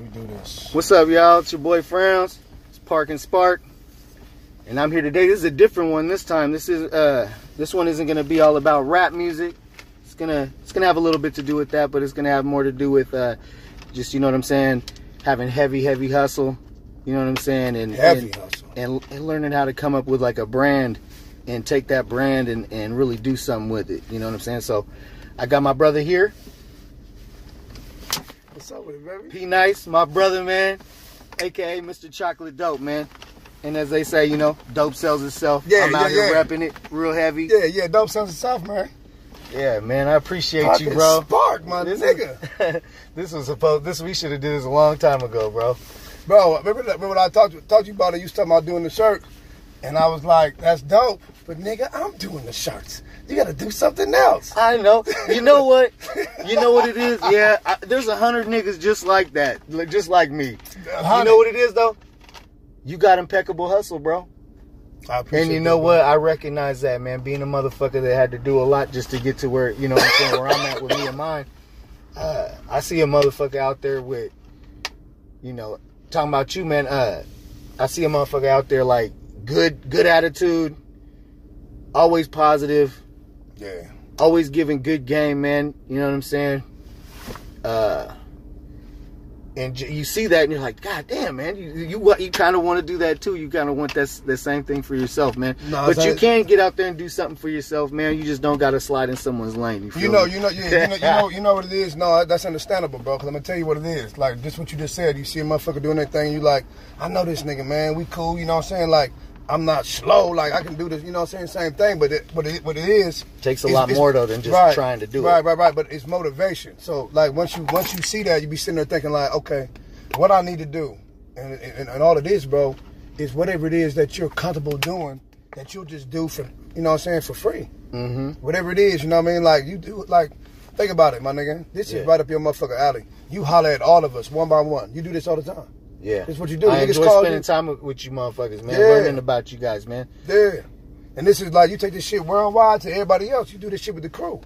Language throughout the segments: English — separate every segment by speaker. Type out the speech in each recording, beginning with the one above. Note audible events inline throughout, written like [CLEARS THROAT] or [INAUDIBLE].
Speaker 1: we do this.
Speaker 2: What's up, y'all? It's your boy Frowns. It's Park and Spark, and I'm here today. This is a different one this time. This is uh, this one isn't gonna be all about rap music. It's gonna it's gonna have a little bit to do with that, but it's gonna have more to do with uh, just you know what I'm saying, having heavy heavy hustle. You know what I'm saying, and
Speaker 1: Heavy
Speaker 2: and,
Speaker 1: hustle.
Speaker 2: and, and learning how to come up with like a brand and take that brand and, and really do something with it. You know what I'm saying? So I got my brother here,
Speaker 1: What's up with it, baby?
Speaker 2: P Nice, my brother, man, aka Mr. Chocolate Dope, man. And as they say, you know, dope sells itself.
Speaker 1: Yeah,
Speaker 2: I'm
Speaker 1: yeah,
Speaker 2: out here
Speaker 1: yeah.
Speaker 2: repping it real heavy. Yeah.
Speaker 1: Yeah, yeah, dope sounds of South, man.
Speaker 2: man, I appreciate
Speaker 1: Park
Speaker 2: you,
Speaker 1: and
Speaker 2: bro.
Speaker 1: Spark, my
Speaker 2: This is-
Speaker 1: nigga.
Speaker 2: [LAUGHS] this was supposed. This we should have did this a long time ago, bro.
Speaker 1: Bro, remember, that- remember when I talked to, talked to you about it? You was talking about doing the shirt. And I was like, that's dope. But nigga, I'm doing the shirts. You gotta do something else.
Speaker 2: I know. You know what? You know what it is? Yeah, I, there's a hundred niggas just like that, like, just like me. You know what it is though? You got impeccable hustle, bro.
Speaker 1: I appreciate
Speaker 2: And you
Speaker 1: that,
Speaker 2: know
Speaker 1: bro.
Speaker 2: what? I recognize that, man. Being a motherfucker that had to do a lot just to get to where, you know what I'm saying, where I'm at with me and mine. Uh, I see a motherfucker out there with, you know, talking about you, man. Uh, I see a motherfucker out there like good, good attitude, always positive,
Speaker 1: Yeah.
Speaker 2: always giving good game, man. You know what I'm saying? Uh, and j- you see that, and you're like, God damn, man, you you wa- you kind of want to do that too. You kind of want that s- that same thing for yourself, man.
Speaker 1: No,
Speaker 2: but you
Speaker 1: that-
Speaker 2: can get out there and do something for yourself, man. You just don't gotta slide in someone's lane. You, feel
Speaker 1: You know,
Speaker 2: me?
Speaker 1: you know, yeah, you know, you know, you know what it is. No, that's understandable, bro. Cause I'm gonna tell you what it is. Like just what you just said. You see a motherfucker doing that thing, you like, I know this nigga, man. We cool. You know what I'm saying? Like, I'm not slow. Like I can do this. You know what I'm saying? Same thing. But it, what it, what it is
Speaker 2: Takes a
Speaker 1: is-
Speaker 2: lot
Speaker 1: is-
Speaker 2: more though than just
Speaker 1: right,
Speaker 2: trying to do
Speaker 1: Right,
Speaker 2: it.
Speaker 1: right, right. But it's motivation. So like once you once you see that, you be sitting there thinking like, okay, what I need to do, and and, and all it is, bro, is whatever it is that you're comfortable doing, that you'll just do for, you know what I'm saying, for free
Speaker 2: Mm-hmm.
Speaker 1: Hmm? whatever it is, you know what I mean? Like you do like think about it, my nigga. This
Speaker 2: Yeah.
Speaker 1: is right up your motherfucker alley. You holler at all of us one by one. You do this all the time.
Speaker 2: Yeah,
Speaker 1: That's what you do.
Speaker 2: I
Speaker 1: Niggas
Speaker 2: enjoy
Speaker 1: call
Speaker 2: spending
Speaker 1: you-
Speaker 2: time with, with you, motherfuckers, man.
Speaker 1: Yeah.
Speaker 2: Learning about you guys, man.
Speaker 1: Yeah. And this is like you take this shit worldwide to everybody else. You do this shit with the crew.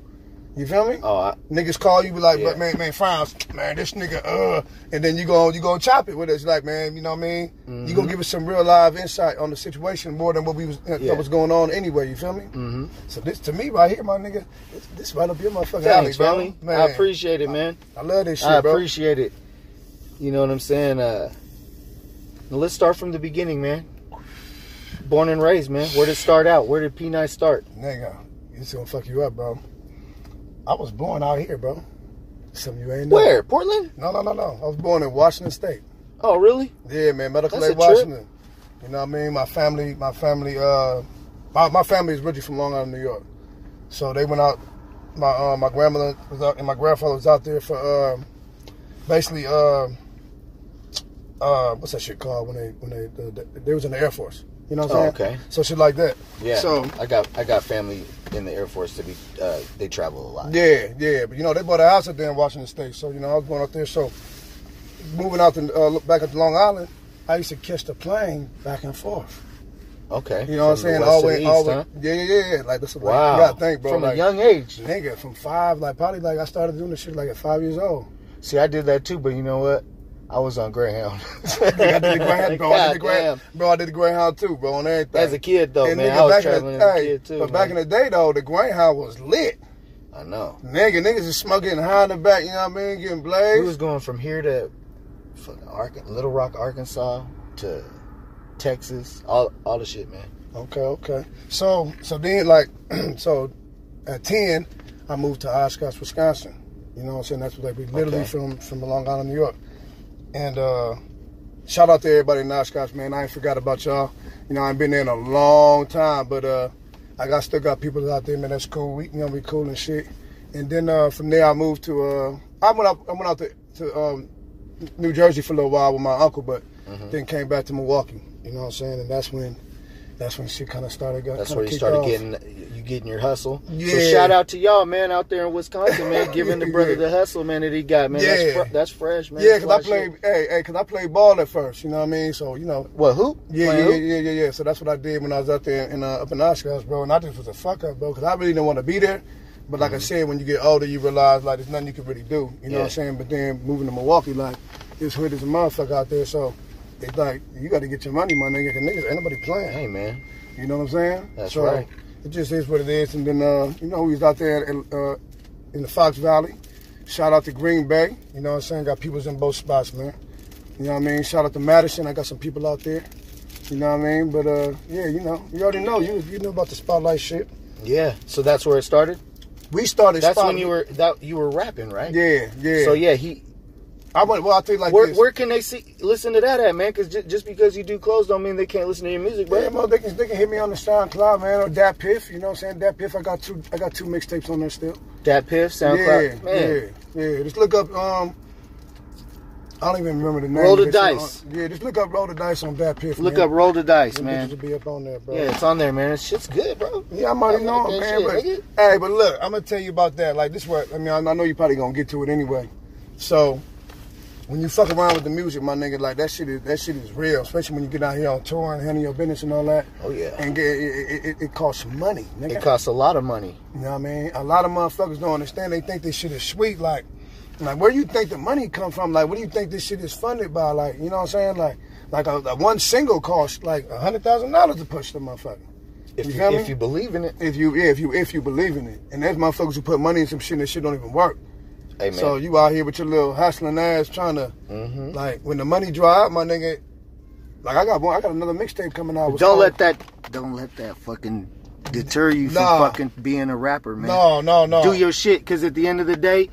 Speaker 1: You feel me?
Speaker 2: Oh, I,
Speaker 1: Niggas call you be like,
Speaker 2: Yeah.
Speaker 1: but man, man, frowns, man, this nigga, uh, and then you go you go and chop it with us, like man, you know what I mean? You
Speaker 2: Mm-hmm.
Speaker 1: gonna give us some real live insight on the situation more than what we was
Speaker 2: Yeah.
Speaker 1: that was going on anyway. You feel me?
Speaker 2: mm-hmm.
Speaker 1: So this to me right here, my nigga, this, this right up your motherfucker alley,
Speaker 2: Thanks,
Speaker 1: bro.
Speaker 2: family.
Speaker 1: Man,
Speaker 2: I appreciate it, man.
Speaker 1: I love this shit,
Speaker 2: I
Speaker 1: bro.
Speaker 2: appreciate it. You know what I'm saying? Uh, now let's start from the beginning, man. Born and raised, man. Where did it start out? Where did P9 start?
Speaker 1: Nigga, it's gonna fuck you up, bro. I was born out here, bro. Some you ain't know.
Speaker 2: Where? Portland?
Speaker 1: No, no, no, no. I was born in Washington State.
Speaker 2: Oh, really?
Speaker 1: Yeah, man, Medical
Speaker 2: That's
Speaker 1: Aid
Speaker 2: a trip.
Speaker 1: Washington. You know what I mean? My family, my family, uh, my, my family is originally from Long Island, New York. So they went out. My uh, my grandmother was out, and my grandfather was out there for um, basically um, uh, what's that shit called when they when they the, the, they was in the Air Force. You know what I'm
Speaker 2: Oh,
Speaker 1: saying?
Speaker 2: okay.
Speaker 1: So shit like that.
Speaker 2: Yeah.
Speaker 1: So
Speaker 2: I got I got family in the Air Force to be. Uh, they travel a lot.
Speaker 1: Yeah, yeah, but you know they bought a house up there in Washington State, so you know I was going out there. So moving out to uh, look back at Long Island, I used to catch the plane back and
Speaker 2: [LAUGHS]
Speaker 1: forth.
Speaker 2: Okay.
Speaker 1: You know what I'm
Speaker 2: From the
Speaker 1: saying?
Speaker 2: west to
Speaker 1: Always,
Speaker 2: the east,
Speaker 1: always.
Speaker 2: huh?
Speaker 1: Yeah, yeah, yeah, yeah. Like that's what
Speaker 2: Wow.
Speaker 1: you gotta think, bro.
Speaker 2: From
Speaker 1: like,
Speaker 2: a young age.
Speaker 1: nigga, from five, like probably like I started doing this shit like at five years
Speaker 2: [LAUGHS]
Speaker 1: old.
Speaker 2: See, I did that too, but you know what? I was on Greyhound.
Speaker 1: Nigga, I did the Greyhound, bro. I did the
Speaker 2: Goddamn.
Speaker 1: Greyhound, bro. I did the Greyhound too, bro, and everything.
Speaker 2: As a kid, though,
Speaker 1: And
Speaker 2: man,
Speaker 1: nigga,
Speaker 2: I was
Speaker 1: back in the-
Speaker 2: traveling as a
Speaker 1: hey,
Speaker 2: kid too.
Speaker 1: But back in
Speaker 2: man.
Speaker 1: the day, though, the Greyhound was lit.
Speaker 2: [LAUGHS] I know.
Speaker 1: Nigga, niggas is smoking high in the back. You know what I mean? Getting blazed.
Speaker 2: We was going from here to fucking Ark- Little Rock, Arkansas to Texas. All all the shit, man.
Speaker 1: Okay, okay. So, so then, like, [CLEARS THROAT] so at ten, I moved to Oshkosh, Wisconsin. You know what I'm saying? That's like we literally
Speaker 2: Okay.
Speaker 1: from from Long Island, New York. And uh shout out to everybody in Oshkosh, man. I ain't forgot about y'all. You know, I ain't been there in a long time, but uh I got still got people out there, man. That's cool. We you know we cool and shit. And then uh from there, I moved to uh I went out I went out to, to um New Jersey for a little while with my uncle, but
Speaker 2: Mm-hmm.
Speaker 1: then came back to Milwaukee. You know what I'm saying? And that's when that's when shit kind of started. Got,
Speaker 2: That's
Speaker 1: kinda
Speaker 2: where you
Speaker 1: kicked
Speaker 2: started
Speaker 1: off.
Speaker 2: getting you getting your hustle. So
Speaker 1: Yeah.
Speaker 2: shout out to y'all, man, out there in
Speaker 1: [LAUGHS]
Speaker 2: Wisconsin, man, giving the brother the hustle, man, that he got, man. That's,
Speaker 1: Yeah.
Speaker 2: fr- that's fresh, man.
Speaker 1: Yeah,
Speaker 2: That's
Speaker 1: cause
Speaker 2: why
Speaker 1: I played.
Speaker 2: shit-
Speaker 1: Hey, hey, cause I played ball at first. You know what I mean? So you know.
Speaker 2: What who?
Speaker 1: Yeah,
Speaker 2: Playing
Speaker 1: yeah,
Speaker 2: who?
Speaker 1: yeah, yeah, yeah. So that's what I did when I was out there in uh, up in Oshkosh, bro. And I just was a fuck up, bro, cause I really didn't want to be there. But like I said, when you get older, you realize like there's nothing you can really do. You know what
Speaker 2: Yeah.
Speaker 1: I'm saying? But then moving to Milwaukee, like it's hood as a motherfucker out there. So it's like you got to get your money, my nigga. 'cause niggas, ain't nobody playing.
Speaker 2: Hey man,
Speaker 1: You know what I'm saying?
Speaker 2: That's
Speaker 1: so,
Speaker 2: right.
Speaker 1: It just is what it is. And then uh, you know we was out there in, uh, in the Fox Valley. Shout out to Green Bay. You know what I'm saying? Got peoples in both spots, man. You know what I mean? Shout out to Madison. I got some people out there. You know what I mean? But uh, yeah, you know, you already know you you know about the spotlight shit.
Speaker 2: yeah. So that's where it started.
Speaker 1: We started.
Speaker 2: That's when
Speaker 1: spotlight.
Speaker 2: you were that you were rapping, right?
Speaker 1: Yeah, yeah.
Speaker 2: So yeah, he.
Speaker 1: I went. Well, I think like
Speaker 2: where
Speaker 1: this.
Speaker 2: where can they see listen to that at, man? Because just because you do clothes don't mean they can't listen to your music, bro.
Speaker 1: Yeah, mo, they can, they can hit me on the SoundCloud, man, or Dat Piff. You know what I'm saying? Dat Piff. I got two. I got two mixtapes on there still.
Speaker 2: That Piff,
Speaker 1: yeah,
Speaker 2: SoundCloud, man.
Speaker 1: yeah, yeah. Just look up. Um, I don't even remember the name. of
Speaker 2: Roll the
Speaker 1: it. So,
Speaker 2: Dice.
Speaker 1: uh, yeah, just look up. Roll the dice on Dat Piff.
Speaker 2: Look
Speaker 1: man.
Speaker 2: up, roll the dice,
Speaker 1: Them
Speaker 2: man.
Speaker 1: Bitches will be up on there, bro.
Speaker 2: Yeah, it's on there, man. That shit's good, bro.
Speaker 1: Yeah, I
Speaker 2: I
Speaker 1: might
Speaker 2: like
Speaker 1: know,
Speaker 2: that
Speaker 1: man.
Speaker 2: shit,
Speaker 1: but
Speaker 2: nigga.
Speaker 1: hey, but look, I'm gonna tell you about that. Like this, where I mean, I, I know you probably gonna get to it anyway. So when you fuck around with the music, my nigga, like that shit is that shit is real. Especially when you get out here on tour and handle your business and all that,
Speaker 2: Oh yeah,
Speaker 1: and get it, it, it, it costs money, nigga.
Speaker 2: it costs a lot of money.
Speaker 1: You know what I mean? A lot of motherfuckers don't understand. They think this shit is sweet. Like, like where you think the money come from? Like, what do you think this shit is funded by? Like, you know what I'm saying? Like, like a, a one single costs like a hundred thousand dollars to push the motherfucker.
Speaker 2: If
Speaker 1: You
Speaker 2: you,
Speaker 1: feel me?
Speaker 2: if you believe in it,
Speaker 1: If you, yeah, if you, if you believe in it, and there's motherfuckers who put money in some shit and that shit don't even work.
Speaker 2: hey man.
Speaker 1: So you out here with your little hustling ass trying to,
Speaker 2: Mhm.
Speaker 1: like, when the money dry out, my nigga. Like I got one, I got another mixtape coming out.
Speaker 2: But
Speaker 1: with-
Speaker 2: don't let that don't let that fucking deter you from
Speaker 1: Nah.
Speaker 2: fucking being a rapper, man.
Speaker 1: No, no, no.
Speaker 2: Do your shit because at the end of the day,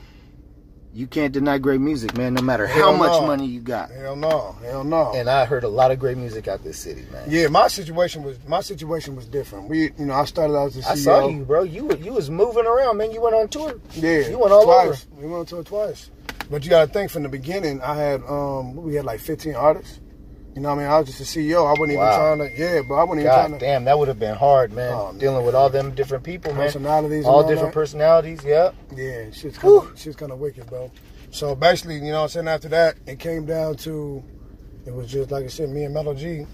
Speaker 2: you can't deny great music, man. No matter how
Speaker 1: Hell
Speaker 2: much
Speaker 1: no.
Speaker 2: money you got.
Speaker 1: hell no, hell no.
Speaker 2: And I heard a lot of great music out this city, man.
Speaker 1: Yeah, my situation was my situation was different. We, you know, I started out as a E CEO.
Speaker 2: I saw you, bro. You were, you was moving around, man. You went on tour.
Speaker 1: Yeah,
Speaker 2: You went all
Speaker 1: twice. We went to it twice, but you got to think from the beginning. I had um, we had like 15 artists. You know, what I mean, I was just a CEO. I wasn't
Speaker 2: Wow.
Speaker 1: even trying to. Yeah, but I wasn't even
Speaker 2: God
Speaker 1: trying to.
Speaker 2: damn, that would have been hard, man.
Speaker 1: Oh, man.
Speaker 2: Dealing with all them different people, man.
Speaker 1: Personalities,
Speaker 2: All
Speaker 1: and all
Speaker 2: different
Speaker 1: that.
Speaker 2: personalities. Yep.
Speaker 1: Yeah, shit's
Speaker 2: Whew.
Speaker 1: kind of shit's kind of wicked, bro. So basically, you know, what I'm saying after that, it came down to, it was just like I said, me and Mellow G,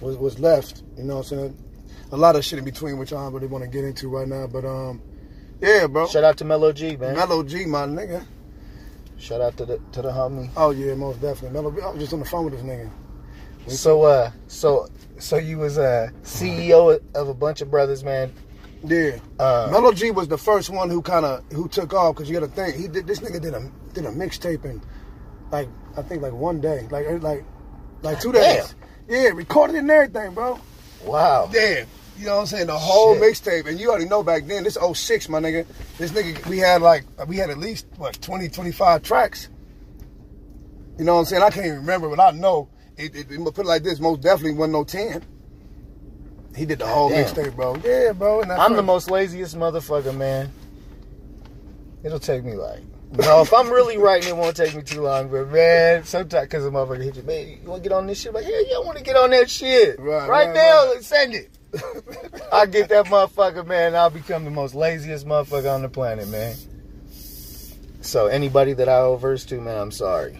Speaker 1: was was left. You know, what I'm saying a lot of shit in between, which I don't really want to get into right now. But um, yeah, bro.
Speaker 2: Shout out to Mellow G, man.
Speaker 1: Mellow G, my nigga.
Speaker 2: Shout out to the to the homie.
Speaker 1: Oh yeah, most definitely. Mellow, I was just on the phone with this nigga.
Speaker 2: So uh, so so you was uh CEO of a bunch of brothers, man.
Speaker 1: Yeah,
Speaker 2: Uh,
Speaker 1: Mellow G was the first one who kind of who took off because you got to think he did. This nigga did a did a mixtape in like I think like one day, like eh, like like two
Speaker 2: Damn.
Speaker 1: days. Yeah, recorded it and everything, bro.
Speaker 2: wow.
Speaker 1: Damn. You know what I'm saying? The whole
Speaker 2: Shit.
Speaker 1: mixtape. And you already know back then, this 06, my nigga. This nigga, we had like, we had at least, what, 20, 25 tracks. You know what I'm saying? I can't even remember, but I know. It, it, it- put it like this, most definitely wasn't no 10. He did the whole
Speaker 2: Damn.
Speaker 1: mixtape, bro. Yeah, bro. And that's
Speaker 2: I'm the
Speaker 1: right.
Speaker 2: most laziest motherfucker, man. It'll take me like. No, if I'm really writing, it won't take me too long. But man, sometimes because a motherfucker hit you, man, you want to get on this shit? Like, yeah, yeah, I want to get on that shit
Speaker 1: Right,
Speaker 2: right,
Speaker 1: right,
Speaker 2: now.
Speaker 1: right.
Speaker 2: let's Send it. [LAUGHS] I get that motherfucker, man. I'll become the most laziest motherfucker on the planet, man. So anybody that I owe verse to, man, I'm sorry.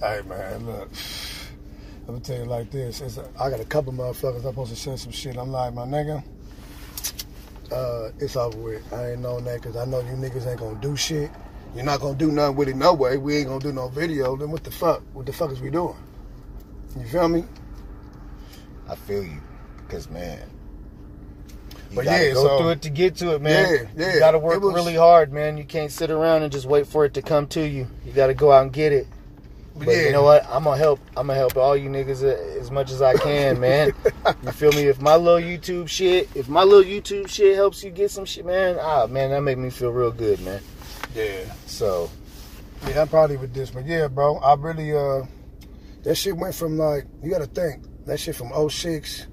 Speaker 1: Hey, man, look. I'm gonna tell you like this. It's a, I got a couple motherfuckers I'm supposed to send some shit. I'm like, my nigga, uh, it's over with. I ain't known that because I know you niggas ain't gonna do shit. You're not gonna do nothing with it no way. We ain't gonna do no video. Then what the fuck? What the fuck is we doing? You feel me?
Speaker 2: I feel you, because man, you
Speaker 1: But
Speaker 2: gotta
Speaker 1: yeah,
Speaker 2: go
Speaker 1: so-
Speaker 2: through it to get to it, man.
Speaker 1: Yeah, yeah,
Speaker 2: You gotta work
Speaker 1: it was-
Speaker 2: really hard, man. You can't sit around and just wait for it to come to you. You gotta go out and get it. But you know what? I'm gonna help. I'm gonna help all you niggas a- as much as I [LAUGHS] can, man. you feel me? If my little YouTube shit, if my little YouTube shit helps you get some shit, man. Ah, man, that make me feel real good, man.
Speaker 1: Yeah.
Speaker 2: So
Speaker 1: Yeah, I'm probably with this, but yeah, bro, I really uh, that shit went from like you gotta think that shit from 06,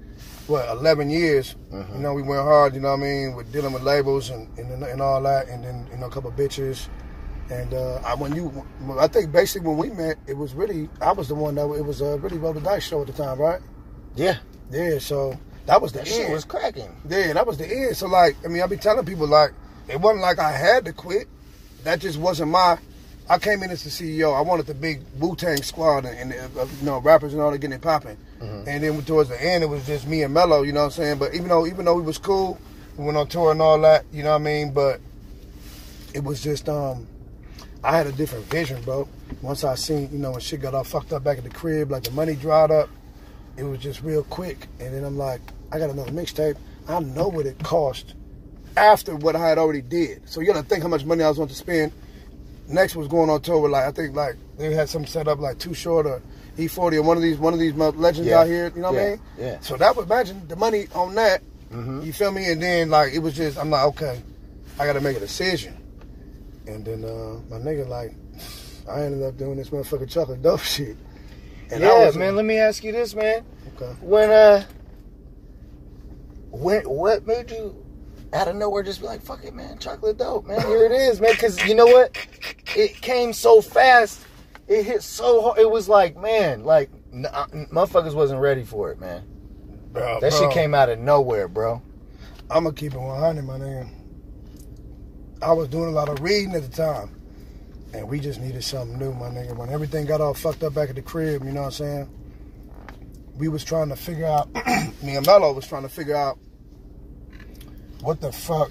Speaker 1: what 11 years.
Speaker 2: Mm-hmm.
Speaker 1: You know, we went hard. You know what I mean? With dealing with labels and and, and all that, and then you know a couple bitches. And uh, I, when you, when- I think basically when we met, it was really I was the one that it was uh, really roll the dice show at the time, right?
Speaker 2: yeah,
Speaker 1: Yeah, so that was the
Speaker 2: that
Speaker 1: end.
Speaker 2: shit was cracking.
Speaker 1: Yeah, that was the end. So like, I mean, I be telling people like, it wasn't like I had to quit. That just wasn't my. I came in as the CEO. I wanted the big Wu Tang squad and, and uh, you know rappers and all that getting it popping. And then towards the end, it was just me and Mello. You know what I'm saying? But even though even though we was cool, we went on tour and all that. You know what I mean? But it was just um, I had a different vision, bro. Once I seen, you know, when shit got all fucked up back at the crib, like the money dried up, it was just real quick. And then I'm like, I got another mixtape. I know what it cost after what I had already did. So you gotta think how much money I was going to spend. Next was going on tour with like I think like they had some set up like Too Short or E40 or one of these one of these mo- legends
Speaker 2: Yeah.
Speaker 1: out here. You know what I
Speaker 2: Yeah.
Speaker 1: mean?
Speaker 2: Yeah. Mm-hmm.
Speaker 1: So that was imagine the money on that. You feel me? And then like it was just I'm like okay, I gotta make a decision. And then uh, my nigga like I ended up doing this motherfucking chocolate dope shit.
Speaker 2: yeah,
Speaker 1: I was-
Speaker 2: man. Let me ask you this, man.
Speaker 1: Okay.
Speaker 2: When uh, when what made you out of nowhere just be like, fuck it, man, chocolate dope, man. Here it is, man. Because you know what, it came so fast. It hit so hard. It was like, man, like n- uh, motherfuckers wasn't ready for it, man.
Speaker 1: Bro,
Speaker 2: That
Speaker 1: bro.
Speaker 2: shit came out of nowhere, bro.
Speaker 1: I'm gonna keep it 100, my nigga. I was doing a lot of reading at the time, and we just needed something new, my nigga. When everything got all fucked up back at the crib, you know what I'm saying? We was trying to figure out. [CLEARS THROAT] me and Mello was trying to figure out what the fuck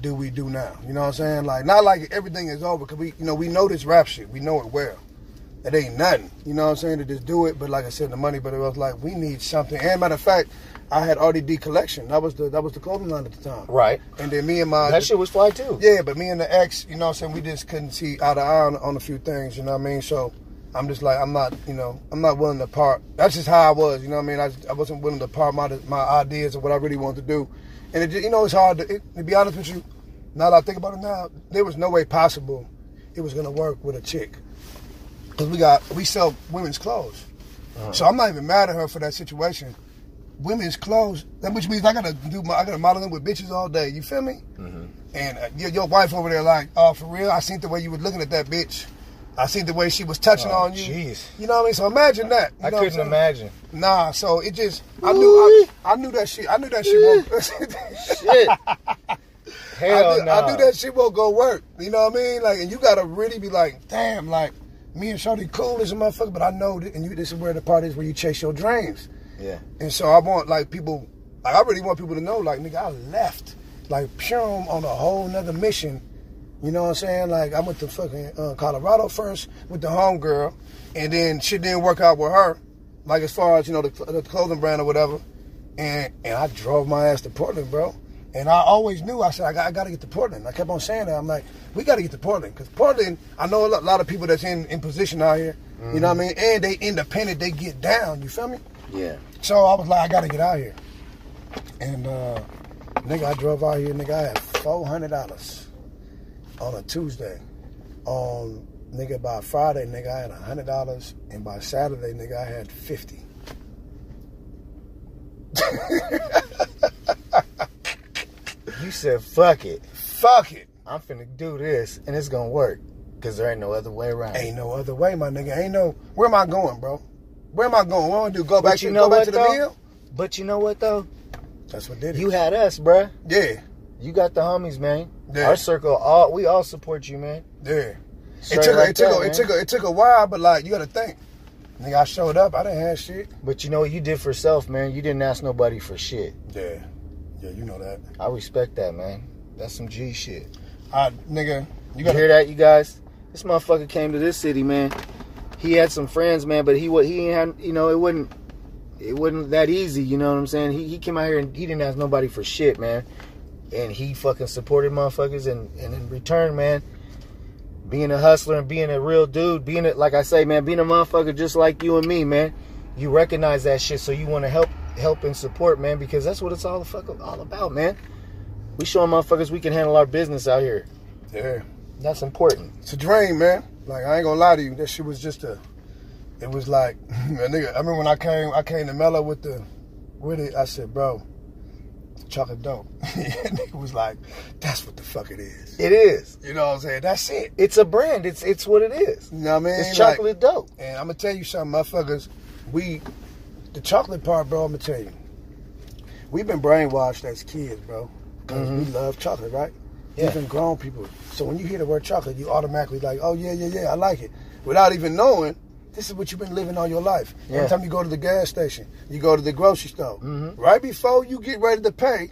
Speaker 1: do we do now? You know what I'm saying? Like not like everything is over, cause we, you know, we know this rap shit. We know it well. It ain't nothing. You know what I'm saying? To just do it, but like I said, the money. But it was like we need something. And matter of fact, I had RDD collection. That was the that was the clothing line at the time.
Speaker 2: Right.
Speaker 1: And then me and my
Speaker 2: That shit was fly too.
Speaker 1: yeah, but me and the ex, you know what I'm saying, we just couldn't see eye to eye on, on a few things, you know what I mean? So I'm just like, I'm not, you know, I'm not willing to part. That's just how I was, you know what I mean? I, just, I wasn't willing to part my my ideas of what I really wanted to do. And it, ju- you know, it's hard to, it, to be honest with you, now that I think about it now, there was no way possible it was going to work with a chick. Because we got, we sell women's clothes.
Speaker 2: Uh-huh.
Speaker 1: So I'm not even mad at her for that situation. Women's clothes, that which means I gotta do my, I gotta model them with bitches all day. You feel me?
Speaker 2: Mm-hmm.
Speaker 1: And uh, your, your wife over there, like, oh, for real? I seen the way you was looking at that bitch. I seen the way she was touching
Speaker 2: Oh,
Speaker 1: on you.
Speaker 2: jeez.
Speaker 1: You know what I mean? So imagine that. You
Speaker 2: I
Speaker 1: know what I'm
Speaker 2: couldn't
Speaker 1: saying?
Speaker 2: imagine.
Speaker 1: Nah, so it just, I knew, I, I knew that shit. I knew that shit. [LAUGHS] won't-
Speaker 2: Shit.
Speaker 1: I
Speaker 2: Hell
Speaker 1: knew,
Speaker 2: no.
Speaker 1: I knew that shit won't go work. You know what I mean? Like, and you gotta really be like, damn, like, me and Shorty cool as a motherfucker, but I know, that, and you, this is where the part is where you chase your dreams.
Speaker 2: Yeah.
Speaker 1: And so I want like people, like I really want people to know, like nigga, I left, like Purim on a whole nother mission. You know what I'm saying? Like I went to fucking uh, Colorado first with the homegirl, and then shit didn't work out with her, like as far as you know the, the clothing brand or whatever. And and I drove my ass to Portland, bro. And I always knew I said I got, I got to get to Portland. I kept on saying that. I'm like, we got to get to Portland because Portland. I know a lot, lot of people that's in in position out here. You know what I mean? And they independent. They get down. You feel me?
Speaker 2: Yeah.
Speaker 1: So I was like, I gotta get out here. And uh, nigga, I drove out here, nigga, I had four hundred dollars on a Tuesday. On nigga by Friday, nigga, I had hundred dollars, and by Saturday, nigga, I had fifty.
Speaker 2: You said fuck it.
Speaker 1: Fuck it.
Speaker 2: I'm finna do this and it's gonna work. Cause there ain't no other way around.
Speaker 1: Ain't no other way, my nigga. Ain't no where am I going, bro? Where am I going? What am I do? Go
Speaker 2: But
Speaker 1: back
Speaker 2: you
Speaker 1: to
Speaker 2: know
Speaker 1: go back
Speaker 2: what,
Speaker 1: to the
Speaker 2: though?
Speaker 1: meal?
Speaker 2: But you know what though?
Speaker 1: That's what did it.
Speaker 2: You had us, bruh.
Speaker 1: yeah,
Speaker 2: You got the homies, man.
Speaker 1: Yeah.
Speaker 2: Our circle, all we all support you, man.
Speaker 1: yeah.
Speaker 2: Straight
Speaker 1: It took,
Speaker 2: like
Speaker 1: a, it, took
Speaker 2: that,
Speaker 1: a,
Speaker 2: man.
Speaker 1: it took a, it took a while, but like you gotta think. Nigga, I showed up, I didn't have shit.
Speaker 2: But you know what you did for self, man. You didn't ask nobody for shit.
Speaker 1: Yeah. Yeah, you know that.
Speaker 2: I respect that, man. That's some G shit.
Speaker 1: I Ah, nigga, you
Speaker 2: You
Speaker 1: gotta
Speaker 2: hear that, you guys? This motherfucker came to this city, man. He had some friends, man, but he what he ain't had, you know, it wasn't it wasn't that easy. You know what I'm saying? He, he came out here and he didn't ask nobody for shit, man. And he fucking supported motherfuckers, and and in return, man, being a hustler and being a real dude, being a, like I say, man, being a motherfucker just like you and me, man. You recognize that shit, so you want to help help and support, man, because that's what it's all the fuck all about, man. We showing motherfuckers we can handle our business out here.
Speaker 1: Yeah.
Speaker 2: That's important.
Speaker 1: It's a dream, man. Like I ain't gonna lie to you. That shit was just a it was like [LAUGHS] a nigga, I remember when I came I came to Mello with the with it, I said, bro, chocolate dope. [LAUGHS] and he was like, that's what the fuck it is.
Speaker 2: It is.
Speaker 1: You know what I'm saying? That's it.
Speaker 2: It's a brand. It's it's what it is.
Speaker 1: You know what I mean?
Speaker 2: It's
Speaker 1: Like,
Speaker 2: chocolate dope.
Speaker 1: And I'm gonna tell you something, motherfuckers. We, the chocolate part, bro. I'm gonna tell you. We've been brainwashed as kids, bro, because we love chocolate, right?
Speaker 2: Mm-hmm. Yeah.
Speaker 1: Even grown people. So when you hear the word chocolate, you automatically like, oh yeah, yeah, yeah, I like it, without even knowing. This is what you've been living all your life.
Speaker 2: Yeah.
Speaker 1: Every time you go to the gas station, you go to the grocery store.
Speaker 2: Mhm.
Speaker 1: Right before you get ready to pay,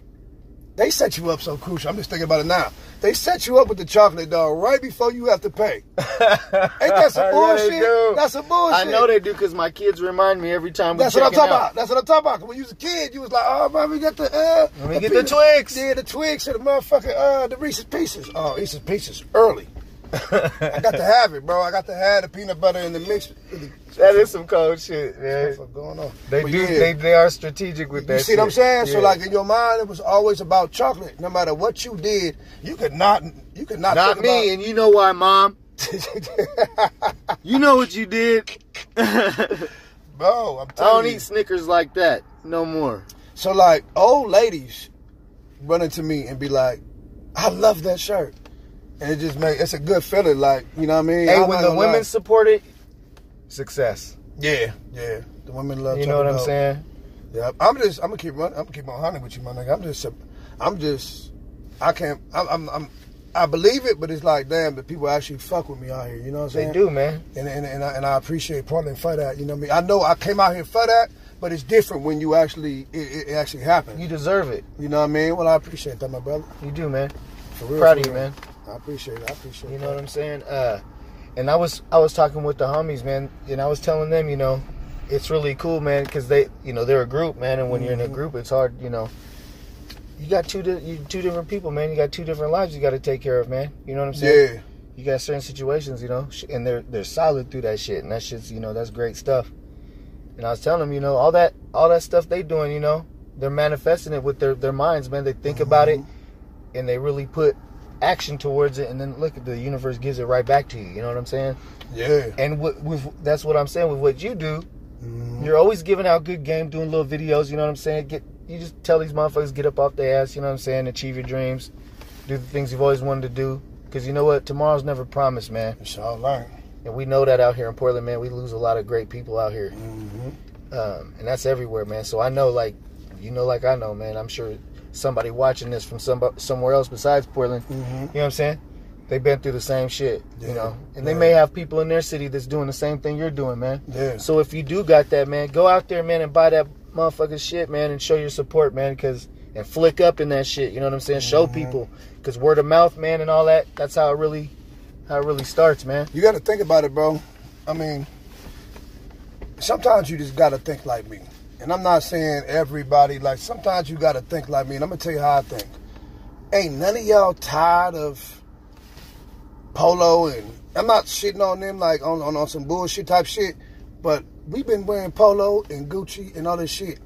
Speaker 1: They set you up so crucial. I'm just thinking about it now. They set you up with the chocolate dog right before you have to
Speaker 2: [LAUGHS]
Speaker 1: pay. Ain't that some bullshit? That's some bullshit.
Speaker 2: I know they do because my kids remind me every time. We
Speaker 1: That's what I'm
Speaker 2: checking
Speaker 1: talking
Speaker 2: out.
Speaker 1: about. That's what I'm talking about. 'Cause When you was a kid, you was like, oh, man, we got the, uh,
Speaker 2: Let me get the Twix.
Speaker 1: Yeah, the Twix and the motherfucking, uh, the Reese's Pieces. Oh, Reese's Pieces
Speaker 2: [LAUGHS]
Speaker 1: early. I got to have it, bro. I got to have the peanut butter in the mix.
Speaker 2: That is some cold shit, man.
Speaker 1: What's going on?
Speaker 2: They
Speaker 1: But
Speaker 2: do.
Speaker 1: yeah,
Speaker 2: They, they are strategic with that.
Speaker 1: you see what I'm
Speaker 2: shit.
Speaker 1: saying? So
Speaker 2: Yeah.
Speaker 1: like in your mind, it was always about chocolate. No matter what you did, you could not, you could not.
Speaker 2: not
Speaker 1: think
Speaker 2: me, and you know why, mom. You know what
Speaker 1: [LAUGHS]
Speaker 2: you did. [LAUGHS] I
Speaker 1: About, [LAUGHS] bro, I'm telling
Speaker 2: don't
Speaker 1: you.
Speaker 2: eat Snickers like that no more.
Speaker 1: So like old ladies run into me and be like, "I love that shirt," and it just make it's a good feeling. Like you know what I mean?
Speaker 2: Hey,
Speaker 1: I'm
Speaker 2: when
Speaker 1: not
Speaker 2: the
Speaker 1: gonna
Speaker 2: women
Speaker 1: lie.
Speaker 2: support it, success.
Speaker 1: yeah, yeah, the women love.
Speaker 2: You know what
Speaker 1: chocolate
Speaker 2: I'm
Speaker 1: milk.
Speaker 2: saying?
Speaker 1: Yeah, I'm just I'm gonna keep running. I'm gonna keep on hunting with you, my nigga. I'm just a- I'm just I can't I'm I'm. I'm I believe it, but it's like, damn, the people actually fuck with me out here. You know what I'm saying?
Speaker 2: They do, man.
Speaker 1: and and and I, and I appreciate Portland for that. You know what I mean? I know I came out here for that, but it's different when you actually it, it- it actually happened.
Speaker 2: You deserve it.
Speaker 1: You know what I mean? Well, I appreciate that, my brother.
Speaker 2: You do, man.
Speaker 1: For real,
Speaker 2: Proud of
Speaker 1: for
Speaker 2: you,
Speaker 1: real.
Speaker 2: man.
Speaker 1: I appreciate it. I appreciate
Speaker 2: You
Speaker 1: it.
Speaker 2: know what I'm saying? Uh, and I was I was talking with the homies, man, and I was telling them, you know, it's really cool, man, because they, you know, they're a group, man, and when you're in a group, it's hard, you know. You got two di- you two different people, man. You got two different lives you got to take care of, man. You know what I'm saying?
Speaker 1: Yeah,
Speaker 2: you got certain situations, you know, sh- and they're they're solid through that shit, and that shit's you know that's great stuff. And I was telling them, you know, all that all that stuff they doing, you know, they're manifesting it with their their minds, man. They think about it, and they really put action towards it, and then look, the universe gives it right back to you. You know what I'm saying?
Speaker 1: yeah.
Speaker 2: And with, with that's what I'm saying with what you do.
Speaker 1: Mhm.
Speaker 2: You're always giving out good game, doing little videos. You know what I'm saying? Get you just tell these motherfuckers get up off their ass. You know what I'm saying? Achieve your dreams, do the things you've always wanted to do. Cause you know what? Tomorrow's never promised, man.
Speaker 1: It's all right.
Speaker 2: And we know that out here in Portland, man, we lose a lot of great people out here.
Speaker 1: Mhm.
Speaker 2: Um, and that's everywhere, man. So I know, like, you know, like I know, man, I'm sure somebody watching this from some, somewhere else besides Portland,
Speaker 1: Mhm.
Speaker 2: you know what I'm saying? They've been through the same shit,
Speaker 1: Yeah.
Speaker 2: you know? And they
Speaker 1: Yeah.
Speaker 2: may have people in their city that's doing the same thing you're doing, man.
Speaker 1: Yeah.
Speaker 2: So if you do got that, man, go out there, man, and buy that motherfucking shit, man, and show your support, man, because and flick up in that shit. You know what I'm saying? Show people, because word of mouth, man, and all that. That's how it really, how it really starts, man.
Speaker 1: You got to think about it, bro. I mean, sometimes you just got to think like me. And I'm not saying everybody, like, sometimes you got to think like me. And I'm going to tell you how I think. Ain't none of y'all tired of polo and I'm not shitting on them, like, on, on, on some bullshit type shit. But we've been wearing polo and Gucci and all this shit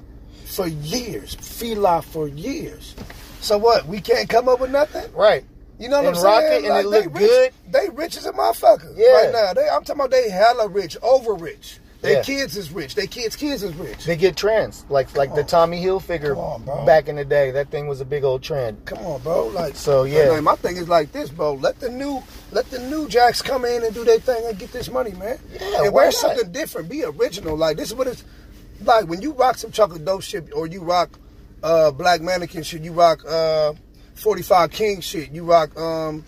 Speaker 1: for years. Fila for years. So what? We can't come up with nothing?
Speaker 2: Right.
Speaker 1: You know what
Speaker 2: And
Speaker 1: I'm
Speaker 2: rock
Speaker 1: saying?
Speaker 2: it and
Speaker 1: Like,
Speaker 2: it look
Speaker 1: they rich,
Speaker 2: good.
Speaker 1: They rich as a motherfucker
Speaker 2: Yeah.
Speaker 1: right now. They, I'm talking about they hella rich, over rich. Their
Speaker 2: Yeah.
Speaker 1: kids is rich. Their kids' kids is rich.
Speaker 2: They get trends, like like the
Speaker 1: on.
Speaker 2: Tommy Hill figure
Speaker 1: Oh. Come on, bro.
Speaker 2: back in the day. That thing was a big old trend.
Speaker 1: Come on, bro. Like
Speaker 2: So, yeah.
Speaker 1: like, my thing is like this, bro. Let the new let the new jacks come in and do their thing and get this money, man.
Speaker 2: Yeah,
Speaker 1: and
Speaker 2: why
Speaker 1: wear
Speaker 2: not?
Speaker 1: something different. Be original. Like this is what it's like when you rock some chocolate dope shit or you rock uh black mannequin shit, you rock uh 45 King shit, you rock um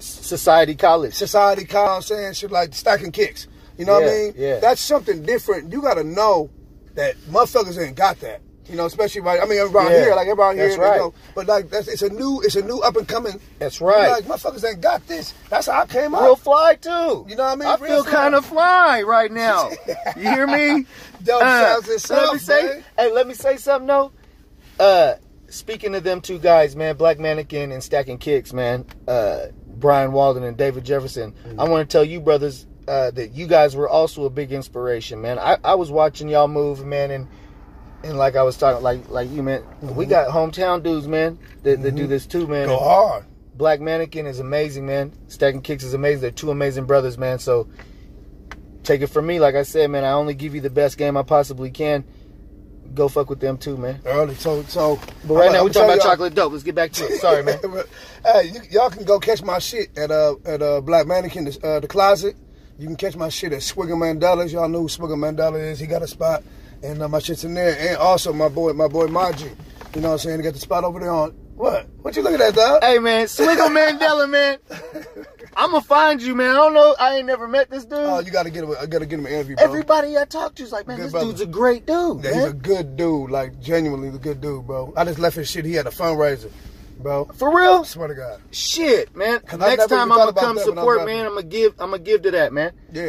Speaker 2: Society College.
Speaker 1: society call saying shit like stacking kicks. You know what I
Speaker 2: Yeah,
Speaker 1: mean?
Speaker 2: yeah.
Speaker 1: That's something different. You gotta know that motherfuckers ain't got that. You know, especially right. I mean, around
Speaker 2: Yeah,
Speaker 1: here, like everybody here,
Speaker 2: that's
Speaker 1: they
Speaker 2: right.
Speaker 1: know. But like, that's it's a new, it's a new up and coming.
Speaker 2: That's right.
Speaker 1: Like motherfuckers ain't got this. That's how I came out.
Speaker 2: Real fly too.
Speaker 1: You know what I mean?
Speaker 2: I
Speaker 1: Real
Speaker 2: feel
Speaker 1: fly.
Speaker 2: kind of fly
Speaker 1: [LAUGHS]
Speaker 2: right now. you hear me?
Speaker 1: Dope
Speaker 2: Uh,
Speaker 1: sounds itself,
Speaker 2: let me say.
Speaker 1: man.
Speaker 2: Hey, let me say something though. Uh, speaking of them two guys, man, Black Mannequin and Stacking Kicks, man. Uh, Brian Walden and David Jefferson.
Speaker 1: Mm.
Speaker 2: I want to tell you, brothers, uh, that you guys were also a big inspiration, man. I, I was watching y'all move, man, and and like I was talking, like like you, man. We got hometown dudes, man, that, that do this too, man.
Speaker 1: Mm-hmm. Go hard.
Speaker 2: Black Mannequin is amazing, man. Stacking Kicks is amazing. They're two amazing brothers, man. So take it from me. Like I said, man, I only give you the best game I possibly can. Go fuck with them too, man.
Speaker 1: Early, so so.
Speaker 2: But right
Speaker 1: I'm-
Speaker 2: now
Speaker 1: I'm
Speaker 2: we're talking
Speaker 1: telling
Speaker 2: about
Speaker 1: y'all-
Speaker 2: chocolate dope. Let's get back to it.
Speaker 1: [LAUGHS]
Speaker 2: Sorry, man.
Speaker 1: hey, you, y'all can go catch my shit at uh at uh Black Mannequin uh, the closet. You can catch my shit at Swigger Mandela's. Y'all know who Swigger Mandela is. He got a spot, and uh, my shit's in there. And also my boy, my boy Maji. You know what I'm saying? He got the spot over there on what? What you looking at, dog?
Speaker 2: Hey man, Swiggle
Speaker 1: [LAUGHS]
Speaker 2: Mandela, man. I'ma find you, man. I don't know. I ain't never met this dude.
Speaker 1: Oh, you gotta get him. I gotta get him an interview, bro.
Speaker 2: Everybody I talk to is like, man,
Speaker 1: Good
Speaker 2: this
Speaker 1: brother.
Speaker 2: dude's a great dude,
Speaker 1: Yeah, he's a
Speaker 2: man.
Speaker 1: good dude, like genuinely a good dude, bro. I just left his shit. He had a fundraiser, bro.
Speaker 2: For real?
Speaker 1: Swear to God.
Speaker 2: Shit, man.
Speaker 1: 'Cause I never
Speaker 2: Next time
Speaker 1: even thought
Speaker 2: I'm gonna
Speaker 1: about
Speaker 2: come
Speaker 1: that when I was
Speaker 2: support,
Speaker 1: out
Speaker 2: man.
Speaker 1: there.
Speaker 2: I'm gonna give. I'm gonna give to that, man.
Speaker 1: Yeah.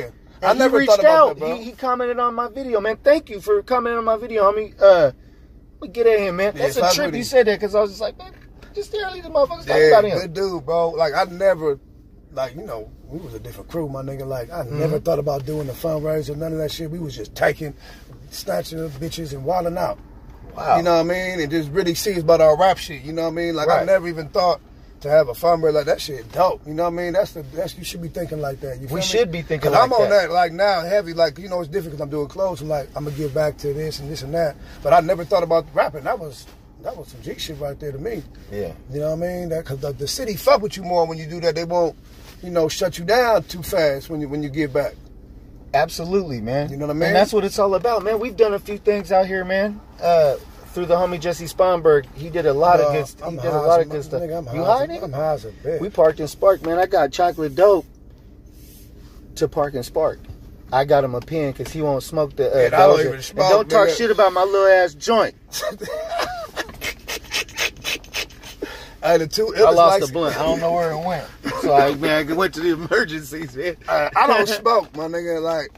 Speaker 1: I
Speaker 2: And he
Speaker 1: never
Speaker 2: reached
Speaker 1: thought about that,
Speaker 2: out.
Speaker 1: bro.
Speaker 2: He, he commented on my video, man. Thank you for commenting on my video, homie. Uh, we get at him, man.
Speaker 1: Yeah,
Speaker 2: That's a
Speaker 1: fuck
Speaker 2: trip.
Speaker 1: with
Speaker 2: You
Speaker 1: him.
Speaker 2: said that because I was just like, man, just there, leave the motherfuckers talk
Speaker 1: yeah,
Speaker 2: about him.
Speaker 1: good dude, bro. Like I never, like you know, we was a different crew, my nigga. Like I
Speaker 2: Mm-hmm.
Speaker 1: never thought about doing the fundraiser, none of that shit. We was just taking, snatching up bitches and wilding out.
Speaker 2: Wow.
Speaker 1: You know what I mean? It just really seems about our rap shit. You know what I mean? Like I
Speaker 2: Right.
Speaker 1: never even thought to have a fundraiser like that. Shit, dope. You know what I mean? That's the that's you should be thinking like that. You
Speaker 2: We
Speaker 1: feel me?
Speaker 2: should be thinking
Speaker 1: 'Cause
Speaker 2: like
Speaker 1: I'm on
Speaker 2: that.
Speaker 1: that like now heavy. Like you know, it's different 'cause I'm doing clothes. I'm like I'm gonna give back to this and this and that. But I never thought about rapping. That was that was some G shit right there to me.
Speaker 2: Yeah.
Speaker 1: You know what I mean? Because the, the city fuck with you more when you do that. They won't, you know, shut you down too fast when you when you get back.
Speaker 2: Absolutely, man.
Speaker 1: You know what I mean?
Speaker 2: And that's what it's all about, man. We've done a few things out here, man. Uh, through the homie Jesse Sponberg, he did a lot of
Speaker 1: Uh,
Speaker 2: good. st-
Speaker 1: I'm
Speaker 2: He did a
Speaker 1: high as
Speaker 2: lot of
Speaker 1: mother-
Speaker 2: good stuff.
Speaker 1: Nigga, I'm
Speaker 2: you
Speaker 1: high,
Speaker 2: high,
Speaker 1: as a- I'm
Speaker 2: nigga?
Speaker 1: high as a bitch.
Speaker 2: We parked in Spark, man. I got chocolate dope to park in Spark. I got him a pin because he won't smoke the. Uh,
Speaker 1: And I don't
Speaker 2: Doja.
Speaker 1: even
Speaker 2: And
Speaker 1: smoke,
Speaker 2: don't talk
Speaker 1: nigga.
Speaker 2: shit about my little ass joint.
Speaker 1: Hey, the two
Speaker 2: I
Speaker 1: illest
Speaker 2: lost
Speaker 1: lights-
Speaker 2: the blunt. I don't know where it went. So I man, I went to the emergencies, man.
Speaker 1: Uh, I
Speaker 2: [LAUGHS]
Speaker 1: don't smoke, my nigga. Like,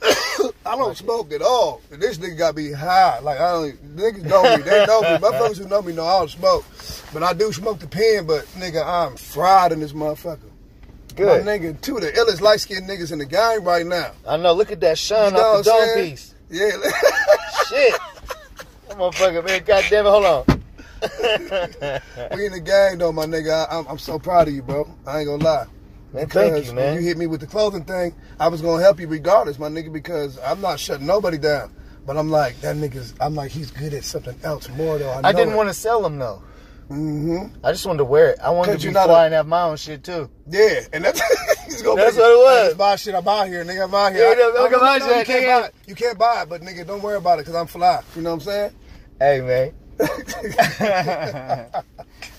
Speaker 1: [COUGHS] I don't smoke at all. And this nigga got me high. Like, I don't. Niggas know me. They know me. Motherfuckers who know me know I don't smoke. But I do smoke the pen. But nigga, I'm fried in this motherfucker.
Speaker 2: Good.
Speaker 1: My nigga, two of the illest light skinned niggas in the game right now.
Speaker 2: I know. Look at that shine
Speaker 1: You know
Speaker 2: off the
Speaker 1: what I'm
Speaker 2: dome
Speaker 1: saying?
Speaker 2: piece.
Speaker 1: Yeah. [LAUGHS]
Speaker 2: Shit. That motherfucker, man. God damn it. Hold on.
Speaker 1: We in the game though, my nigga. I, I'm, I'm so proud of you, bro. I ain't gonna lie.
Speaker 2: Man, thank
Speaker 1: Because
Speaker 2: you,
Speaker 1: When
Speaker 2: man.
Speaker 1: you hit me with the clothing thing, I was gonna help you regardless, my nigga, because I'm not shutting nobody down. But I'm like that nigga's. I'm like he's good at something else more though. I,
Speaker 2: I didn't want to sell them though.
Speaker 1: Mm-hmm.
Speaker 2: I just wanted to wear it. I wanted
Speaker 1: Could
Speaker 2: to
Speaker 1: you
Speaker 2: be
Speaker 1: not
Speaker 2: fly and have my own shit too.
Speaker 1: Yeah, and that's [LAUGHS] he's gonna.
Speaker 2: That's
Speaker 1: make
Speaker 2: what it was.
Speaker 1: "Just buy shit. I'm out here, nigga. I'm out here.
Speaker 2: Yeah,
Speaker 1: I-
Speaker 2: no, look
Speaker 1: I'm
Speaker 2: at my
Speaker 1: like, no, you
Speaker 2: shit,
Speaker 1: can't
Speaker 2: nigga.
Speaker 1: buy it. You can't buy it, but nigga, don't worry about it, cause I'm fly. You know what I'm
Speaker 2: Hey, man.
Speaker 1: saying?
Speaker 2: [LAUGHS]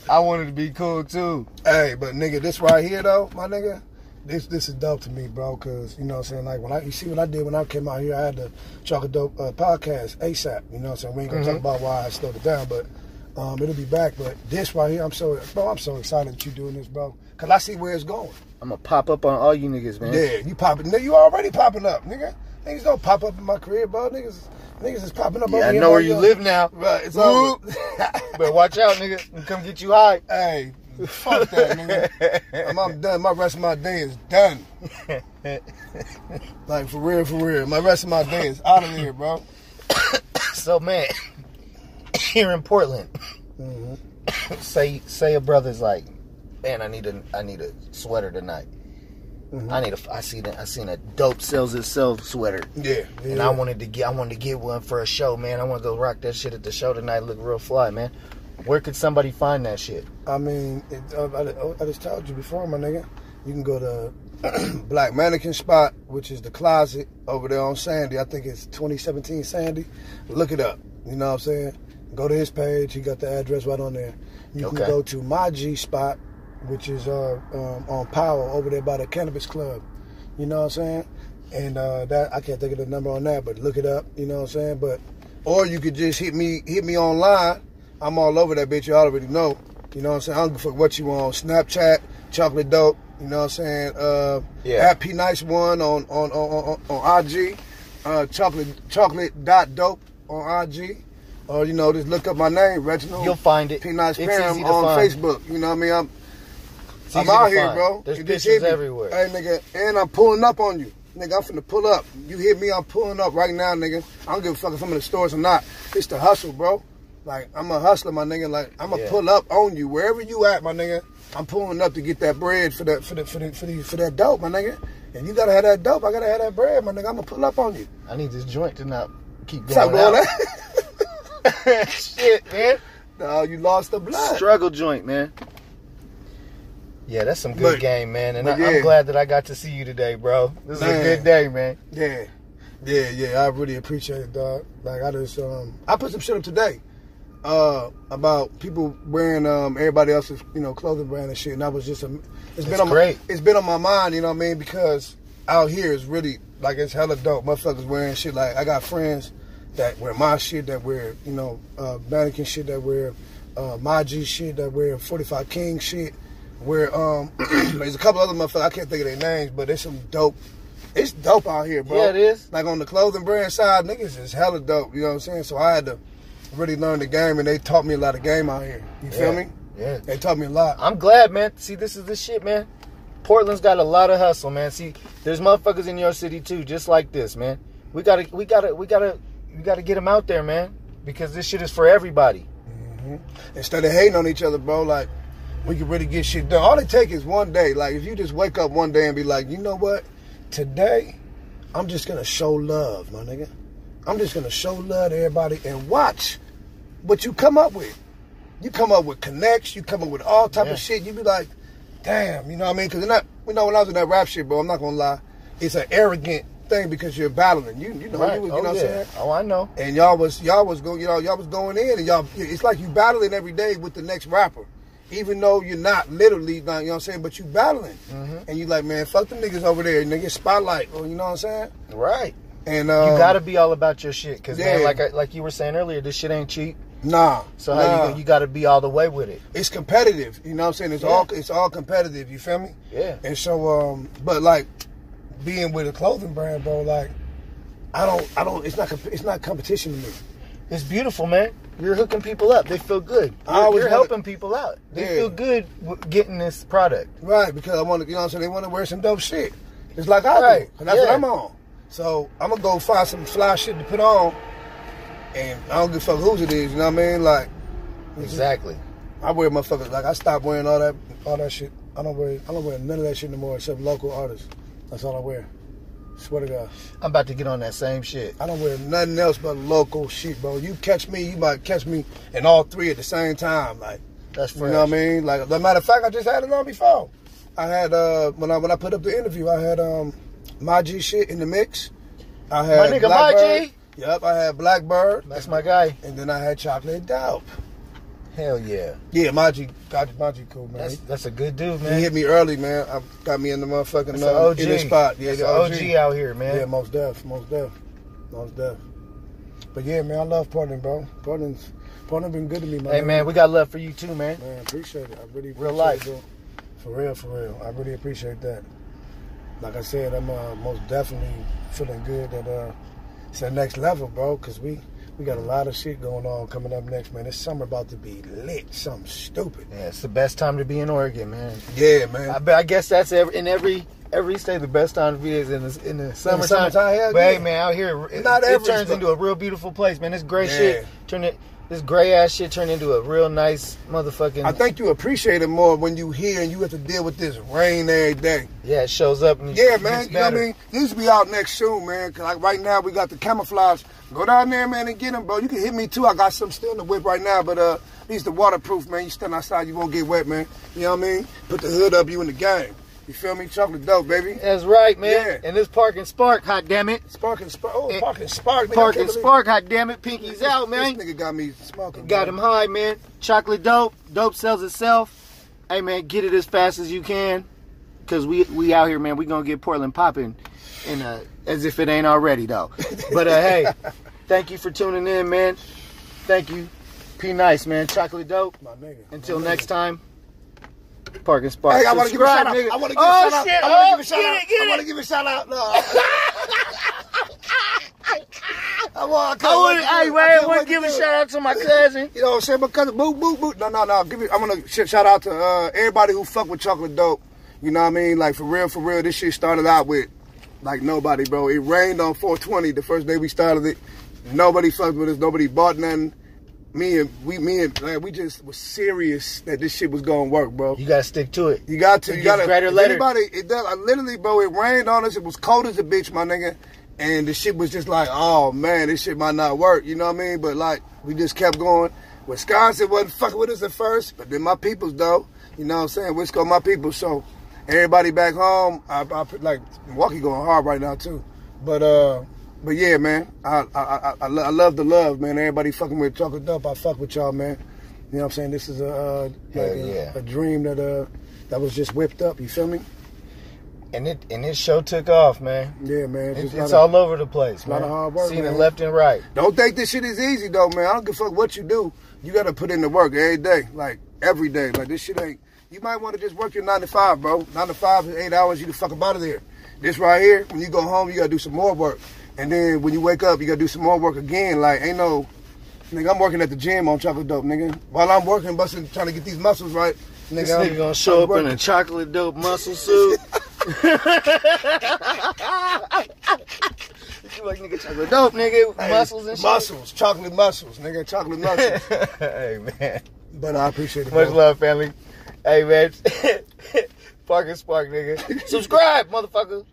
Speaker 2: I wanted to be cool too.
Speaker 1: Hey, but nigga, this right here though, my nigga, this this is dope to me, bro. Cause you know what I'm saying. Like when I, you see what I did when I came out here, I had the Chocolate Dope uh, podcast ASAP. You know what I'm saying. We ain't gonna talk
Speaker 2: Mm-hmm.
Speaker 1: about why I slowed it down, but um, it'll be back. But this right here, I'm so bro, I'm so excited that you doing this, bro. Cause I see where it's going.
Speaker 2: I'm gonna pop up on all you niggas, man.
Speaker 1: Yeah, you popping. Nigga, you already popping up, nigga. Niggas don't pop up in my career, bro. Niggas, niggas is popping up.
Speaker 2: Yeah,
Speaker 1: over
Speaker 2: I
Speaker 1: here,
Speaker 2: know
Speaker 1: bro.
Speaker 2: where you live now.
Speaker 1: Right, it's
Speaker 2: Whoop.
Speaker 1: over.
Speaker 2: [LAUGHS]
Speaker 1: [LAUGHS]
Speaker 2: But watch out, nigga. I'm come get you high.
Speaker 1: Hey, fuck that, nigga. I'm, I'm done. My rest of my day is done. like for real, for real. My rest of my day is out of here, bro.
Speaker 2: So man, [COUGHS] here in Portland,
Speaker 1: Mhm.
Speaker 2: [COUGHS] say say a brother's like, man, I need a I need a sweater tonight.
Speaker 1: Mhm.
Speaker 2: I need a I seen a, I seen a dope sells itself sweater,
Speaker 1: Yeah, yeah.
Speaker 2: and I wanted to get I wanted to get one for a show, man. I wanted to rock that shit at the show tonight. Look real fly, man. Where could somebody find that shit?
Speaker 1: I mean, it, uh, I, I just told you before, my nigga. You can go to [CLEARS THROAT] Black Mannequin Spot, which is the closet over there on Sandy. I think it's 2017 Sandy. Look it up. You know what I'm saying? Go to his page. He got the address right on there. You
Speaker 2: Okay.
Speaker 1: can go to my G Spot, which is uh, um, on Power over there by the Cannabis Club. You know what I'm saying? And uh, that I can't think of the number on that, but look it up. You know what I'm saying? But or you could just hit me hit me online. I'm all over that bitch. You already know. You know what I'm saying? I don't give a fuck what you on Snapchat, chocolate dope. You know what I'm saying? Uh,
Speaker 2: Yeah.
Speaker 1: Happy nice one on on on, on, on IG. Uh, chocolate chocolate dot dope on IG. Or you know, just look up my name, Reginald.
Speaker 2: You'll find it.
Speaker 1: P. Nice
Speaker 2: It's
Speaker 1: Parham
Speaker 2: easy to
Speaker 1: on
Speaker 2: find.
Speaker 1: Facebook. You know what I mean? I'm
Speaker 2: It's
Speaker 1: I'm
Speaker 2: easy to
Speaker 1: out here,
Speaker 2: find.
Speaker 1: bro.
Speaker 2: There's
Speaker 1: You just
Speaker 2: pictures
Speaker 1: hit me.
Speaker 2: everywhere.
Speaker 1: Hey, nigga, and I'm pulling up on you. Nigga, I'm finna pull up. You hit me, I'm pulling up right now, nigga. I don't give a fuck if I'm in the stores or not. It's the hustle, bro. Like, I'm a hustler, my nigga. Like, I'm gonna
Speaker 2: Yeah.
Speaker 1: pull up on you. Wherever you at, my nigga, I'm pulling up to get that bread for that, for the, for the, for the, for that dope, my nigga. And you gotta have that dope. I gotta have that bread, my nigga. I'm gonna pull up on you.
Speaker 2: I need this joint to not keep
Speaker 1: Stop
Speaker 2: going
Speaker 1: going
Speaker 2: out.
Speaker 1: that. [LAUGHS]
Speaker 2: [LAUGHS] shit, man.
Speaker 1: No, you lost the blood.
Speaker 2: Struggle joint, man. Yeah, that's some good
Speaker 1: But-
Speaker 2: game, man. And I,
Speaker 1: but yeah.
Speaker 2: I'm glad that I got to see you today, bro. This is a
Speaker 1: Man.
Speaker 2: good day, man.
Speaker 1: Yeah, yeah, yeah. I really appreciate it, dog. Like I just, um, I put some shit up today, uh, about people wearing um everybody else's, you know, clothing brand and shit. And I was just, am- it's been
Speaker 2: It's
Speaker 1: on
Speaker 2: great.
Speaker 1: My, it's been on my mind, you know what I mean? Because out here is really like it's hella dope. Motherfuckers wearing shit. Like I got friends that wear my shit, that wear, you know, uh, mannequin shit, that wear uh, my G shit, that wear 45 King shit, where um, [CLEARS THROAT] there's a couple other motherfuckers, I can't think of their names, but there's some dope. It's dope out here, bro.
Speaker 2: Yeah, it is.
Speaker 1: Like on the clothing brand side, niggas is hella dope, you know what I'm saying? So I had to really learn the game, and they taught me a lot of game out here. You feel
Speaker 2: Yeah.
Speaker 1: me?
Speaker 2: Yeah.
Speaker 1: They taught me a lot.
Speaker 2: I'm glad, man. See, this is the shit, man. Portland's got a lot of hustle, man. See, there's motherfuckers in your city too, just like this, man. We gotta, we gotta, we gotta, we gotta get them out there, man, because this shit is for everybody.
Speaker 1: Mm-hmm. instead of hating on each other, bro, like we can really get shit done. All it take is one day. Like if you just wake up one day and be like, you know what, today I'm just gonna show love, my nigga. I'm just gonna show love to everybody and watch what you come up with. You come up with connects. You come up with all type
Speaker 2: Yeah.
Speaker 1: of shit. You be like, damn, you know what I mean? Because not, you know, when I was in that rap shit, bro, I'm not gonna lie, it's an arrogant thing because you're battling. You, you know, you, you know what I'm saying?
Speaker 2: Oh, I know.
Speaker 1: and y'all was y'all was going y'all y'all was going in and y'all it's like you battling every day with the next rapper even though you're not literally like, you know what I'm saying but you battling
Speaker 2: Mm-hmm.
Speaker 1: and you like man fuck them niggas over there nigga spotlight or you know what I'm saying
Speaker 2: Right.
Speaker 1: and um,
Speaker 2: you gotta be all about your shit, because man,
Speaker 1: yeah.
Speaker 2: like I, like you were saying earlier, this shit ain't cheap.
Speaker 1: nah
Speaker 2: So
Speaker 1: nah.
Speaker 2: how you go- you gotta be all the way with it.
Speaker 1: it's competitive you know what I'm saying it's
Speaker 2: Yeah.
Speaker 1: all it's all competitive you feel me
Speaker 2: Yeah.
Speaker 1: And so, um, but like being with a clothing brand, bro, like I don't, I don't. It's not, comp- it's not competition to me.
Speaker 2: It's beautiful, man. You're hooking people up. They feel good.
Speaker 1: I
Speaker 2: You're,
Speaker 1: always
Speaker 2: you're
Speaker 1: wanna-
Speaker 2: helping people out. They
Speaker 1: Yeah.
Speaker 2: feel good w- getting this product.
Speaker 1: Right, because I want to, you know what I'm saying? They want to wear some dope shit. It's like I do.
Speaker 2: Right,
Speaker 1: 'cause that's
Speaker 2: yeah.
Speaker 1: what I'm on. So I'm going to go find some fly shit to put on. And I don't give a fuck whose it is, you know what I mean? Like, Mm-hmm.
Speaker 2: Exactly.
Speaker 1: I wear motherfuckers. Like, I stopped wearing all that all that shit. I don't wear, I don't wear none of that shit no more except local artists. That's all I wear. Swear to God.
Speaker 2: I'm about to get on that same shit.
Speaker 1: I don't wear nothing else but local shit, bro. You catch me, you might catch me in all three at the same time. Like,
Speaker 2: That's
Speaker 1: You
Speaker 2: fresh.
Speaker 1: know what I mean? Like, as a matter of fact, I just had it on before. I had uh when I when I put up the interview, I had um my G shit in the mix. I had
Speaker 2: nigga My
Speaker 1: Blackbird.
Speaker 2: G.
Speaker 1: Yep, I had Blackbird,
Speaker 2: That's my guy.
Speaker 1: and then I had Chocolate Dope.
Speaker 2: Hell yeah.
Speaker 1: Yeah, my G, God, my G cool man.
Speaker 2: That's that's a good dude,
Speaker 1: he
Speaker 2: man.
Speaker 1: hit me early, man. I got me in the motherfucking
Speaker 2: That's
Speaker 1: uh,
Speaker 2: an OG.
Speaker 1: in the spot. Yeah,
Speaker 2: That's
Speaker 1: the
Speaker 2: a
Speaker 1: OG.
Speaker 2: OG out here, man.
Speaker 1: Yeah, most deaf, most deaf, most deaf. But yeah, man, I love Portland, bro. Portland's Portland been good to me, man.
Speaker 2: hey man, we got love for you too, man.
Speaker 1: Man, appreciate it. I really
Speaker 2: Real
Speaker 1: appreciate it,
Speaker 2: life.
Speaker 1: bro. For real, for real. I really appreciate that. Like I said, I'm uh, most definitely feeling good that uh, it's that next level, bro. Cause we we got a lot of shit going on coming up next, man. This summer about to be lit. Something stupid.
Speaker 2: Yeah, it's the best time to be in Oregon, man.
Speaker 1: Yeah, man.
Speaker 2: I, bet- I guess that's every, in every every state the best time to be is in the, in the summertime.
Speaker 1: summertime, hell
Speaker 2: but
Speaker 1: yeah.
Speaker 2: hey man, out here it,
Speaker 1: Not
Speaker 2: it
Speaker 1: every
Speaker 2: turns
Speaker 1: spot.
Speaker 2: into a real beautiful place, man. This gray
Speaker 1: Yeah.
Speaker 2: shit turn it this gray ass shit turned into a real nice motherfucking
Speaker 1: I think you appreciate it more when you here and you have to deal with this rain every day.
Speaker 2: yeah, it shows up and it
Speaker 1: Yeah,
Speaker 2: gets
Speaker 1: man. You know what I
Speaker 2: better.
Speaker 1: mean? These be out next soon, man. Cause like right now we got the camouflage. Go down there, man, and get them, bro. You can hit me too. I got some still in the whip right now, but uh, these the waterproof, man. You stand outside, you won't get wet, man. You know what I mean? Put the hood up, you in the game. You feel me? Chocolate dope, baby.
Speaker 2: That's right, man.
Speaker 1: Yeah.
Speaker 2: And this park and spark, hot damn it.
Speaker 1: Spark and spark. Oh, spark and spark. nigga. I
Speaker 2: Park
Speaker 1: can't
Speaker 2: and
Speaker 1: believe-
Speaker 2: Eh, spark, hot damn
Speaker 1: [LAUGHS]
Speaker 2: it. Pinkies
Speaker 1: This-
Speaker 2: out, man.
Speaker 1: This nigga got me smoking.
Speaker 2: Got
Speaker 1: man.
Speaker 2: him high, man. Chocolate dope. Dope sells itself. Hey, man, get it as fast as you can. Because we, we out here, man. we going to get Portland popping. And uh, as if it ain't
Speaker 1: [LAUGHS]
Speaker 2: already, though. But uh, hey, thank you for tuning in, man. Thank you. P Nice, man. Chocolate dope.
Speaker 1: My nigga.
Speaker 2: Until
Speaker 1: My
Speaker 2: next time, Park and Spark.
Speaker 1: Hey, I want to give a
Speaker 2: Subscribe,
Speaker 1: shout out.
Speaker 2: nigga.
Speaker 1: I want to give
Speaker 2: oh,
Speaker 1: a shout
Speaker 2: shit.
Speaker 1: out. I want to
Speaker 2: Oh,
Speaker 1: give a shout
Speaker 2: get
Speaker 1: out.
Speaker 2: It, get
Speaker 1: I
Speaker 2: it.
Speaker 1: want to give a shout out. No. I want.
Speaker 2: I want to, Oh, hey, man, I want to give a shout out to my cousin.
Speaker 1: You know what I'm saying? Because boop, boop, boop. No, no, no. Give it, I'm gonna sh- shout out to uh, everybody who fuck with chocolate dope. You know what I mean? Like for real, for real. This shit started out with like nobody, bro. It rained on 420 the first day we started it. Nobody fucked with us. Nobody bought nothing. Me and we, me and man, we just was serious that this shit was gonna work, bro.
Speaker 2: You got to stick to it.
Speaker 1: You got to.
Speaker 2: It
Speaker 1: you
Speaker 2: gets
Speaker 1: got to.
Speaker 2: greater
Speaker 1: if
Speaker 2: later.
Speaker 1: Anybody, it does. I literally, bro, it rained on us. It was cold as a bitch, my nigga. And the shit was just like, oh man, this shit might not work. You know what I mean? But like, we just kept going. Wisconsin wasn't fucking with us at first, but then my peoples though. You know what I'm saying? Wisco, my people. So everybody back home. I, I put- like Milwaukee going hard right now too. But uh, but yeah, man. I I I, I, lo- I love the love, man. Everybody fucking with chocolate up. I fuck with y'all, man. You know what I'm saying? This is a uh, like
Speaker 2: Hell
Speaker 1: a,
Speaker 2: yeah.
Speaker 1: a dream that uh that was just whipped up. You feel me?
Speaker 2: and it and this show took off, man.
Speaker 1: Yeah, man.
Speaker 2: It,
Speaker 1: just not
Speaker 2: it's
Speaker 1: a-
Speaker 2: all over the place,
Speaker 1: lot
Speaker 2: man.
Speaker 1: of hard work,
Speaker 2: Seen it
Speaker 1: man.
Speaker 2: left and right.
Speaker 1: Don't think this shit is easy though, man. I don't give a fuck what you do. You gotta put in the work every day, like every day. Like this shit ain't. You might want to just work your nine to five, bro. Nine to five is eight hours. You the fuck up out of there. This right here, when you go home, you gotta do some more work, and then when you wake up, you gotta do some more work again. Like ain't no, nigga. I'm working at the gym on chocolate dope, nigga. While I'm working, busting, trying to get these muscles right, nigga.
Speaker 2: This
Speaker 1: I'm-
Speaker 2: nigga gonna show
Speaker 1: I'm
Speaker 2: up in
Speaker 1: working.
Speaker 2: a chocolate dope muscle [LAUGHS] suit. You like nigga chocolate dope, nigga, with
Speaker 1: Hey,
Speaker 2: muscles and shit.
Speaker 1: muscles, chocolate muscles, nigga, chocolate muscles.
Speaker 2: [LAUGHS] hey man,
Speaker 1: but I appreciate it.
Speaker 2: much
Speaker 1: bro.
Speaker 2: love, family. [LAUGHS] Hey man, Parker Spark, nigga, subscribe, motherfucker.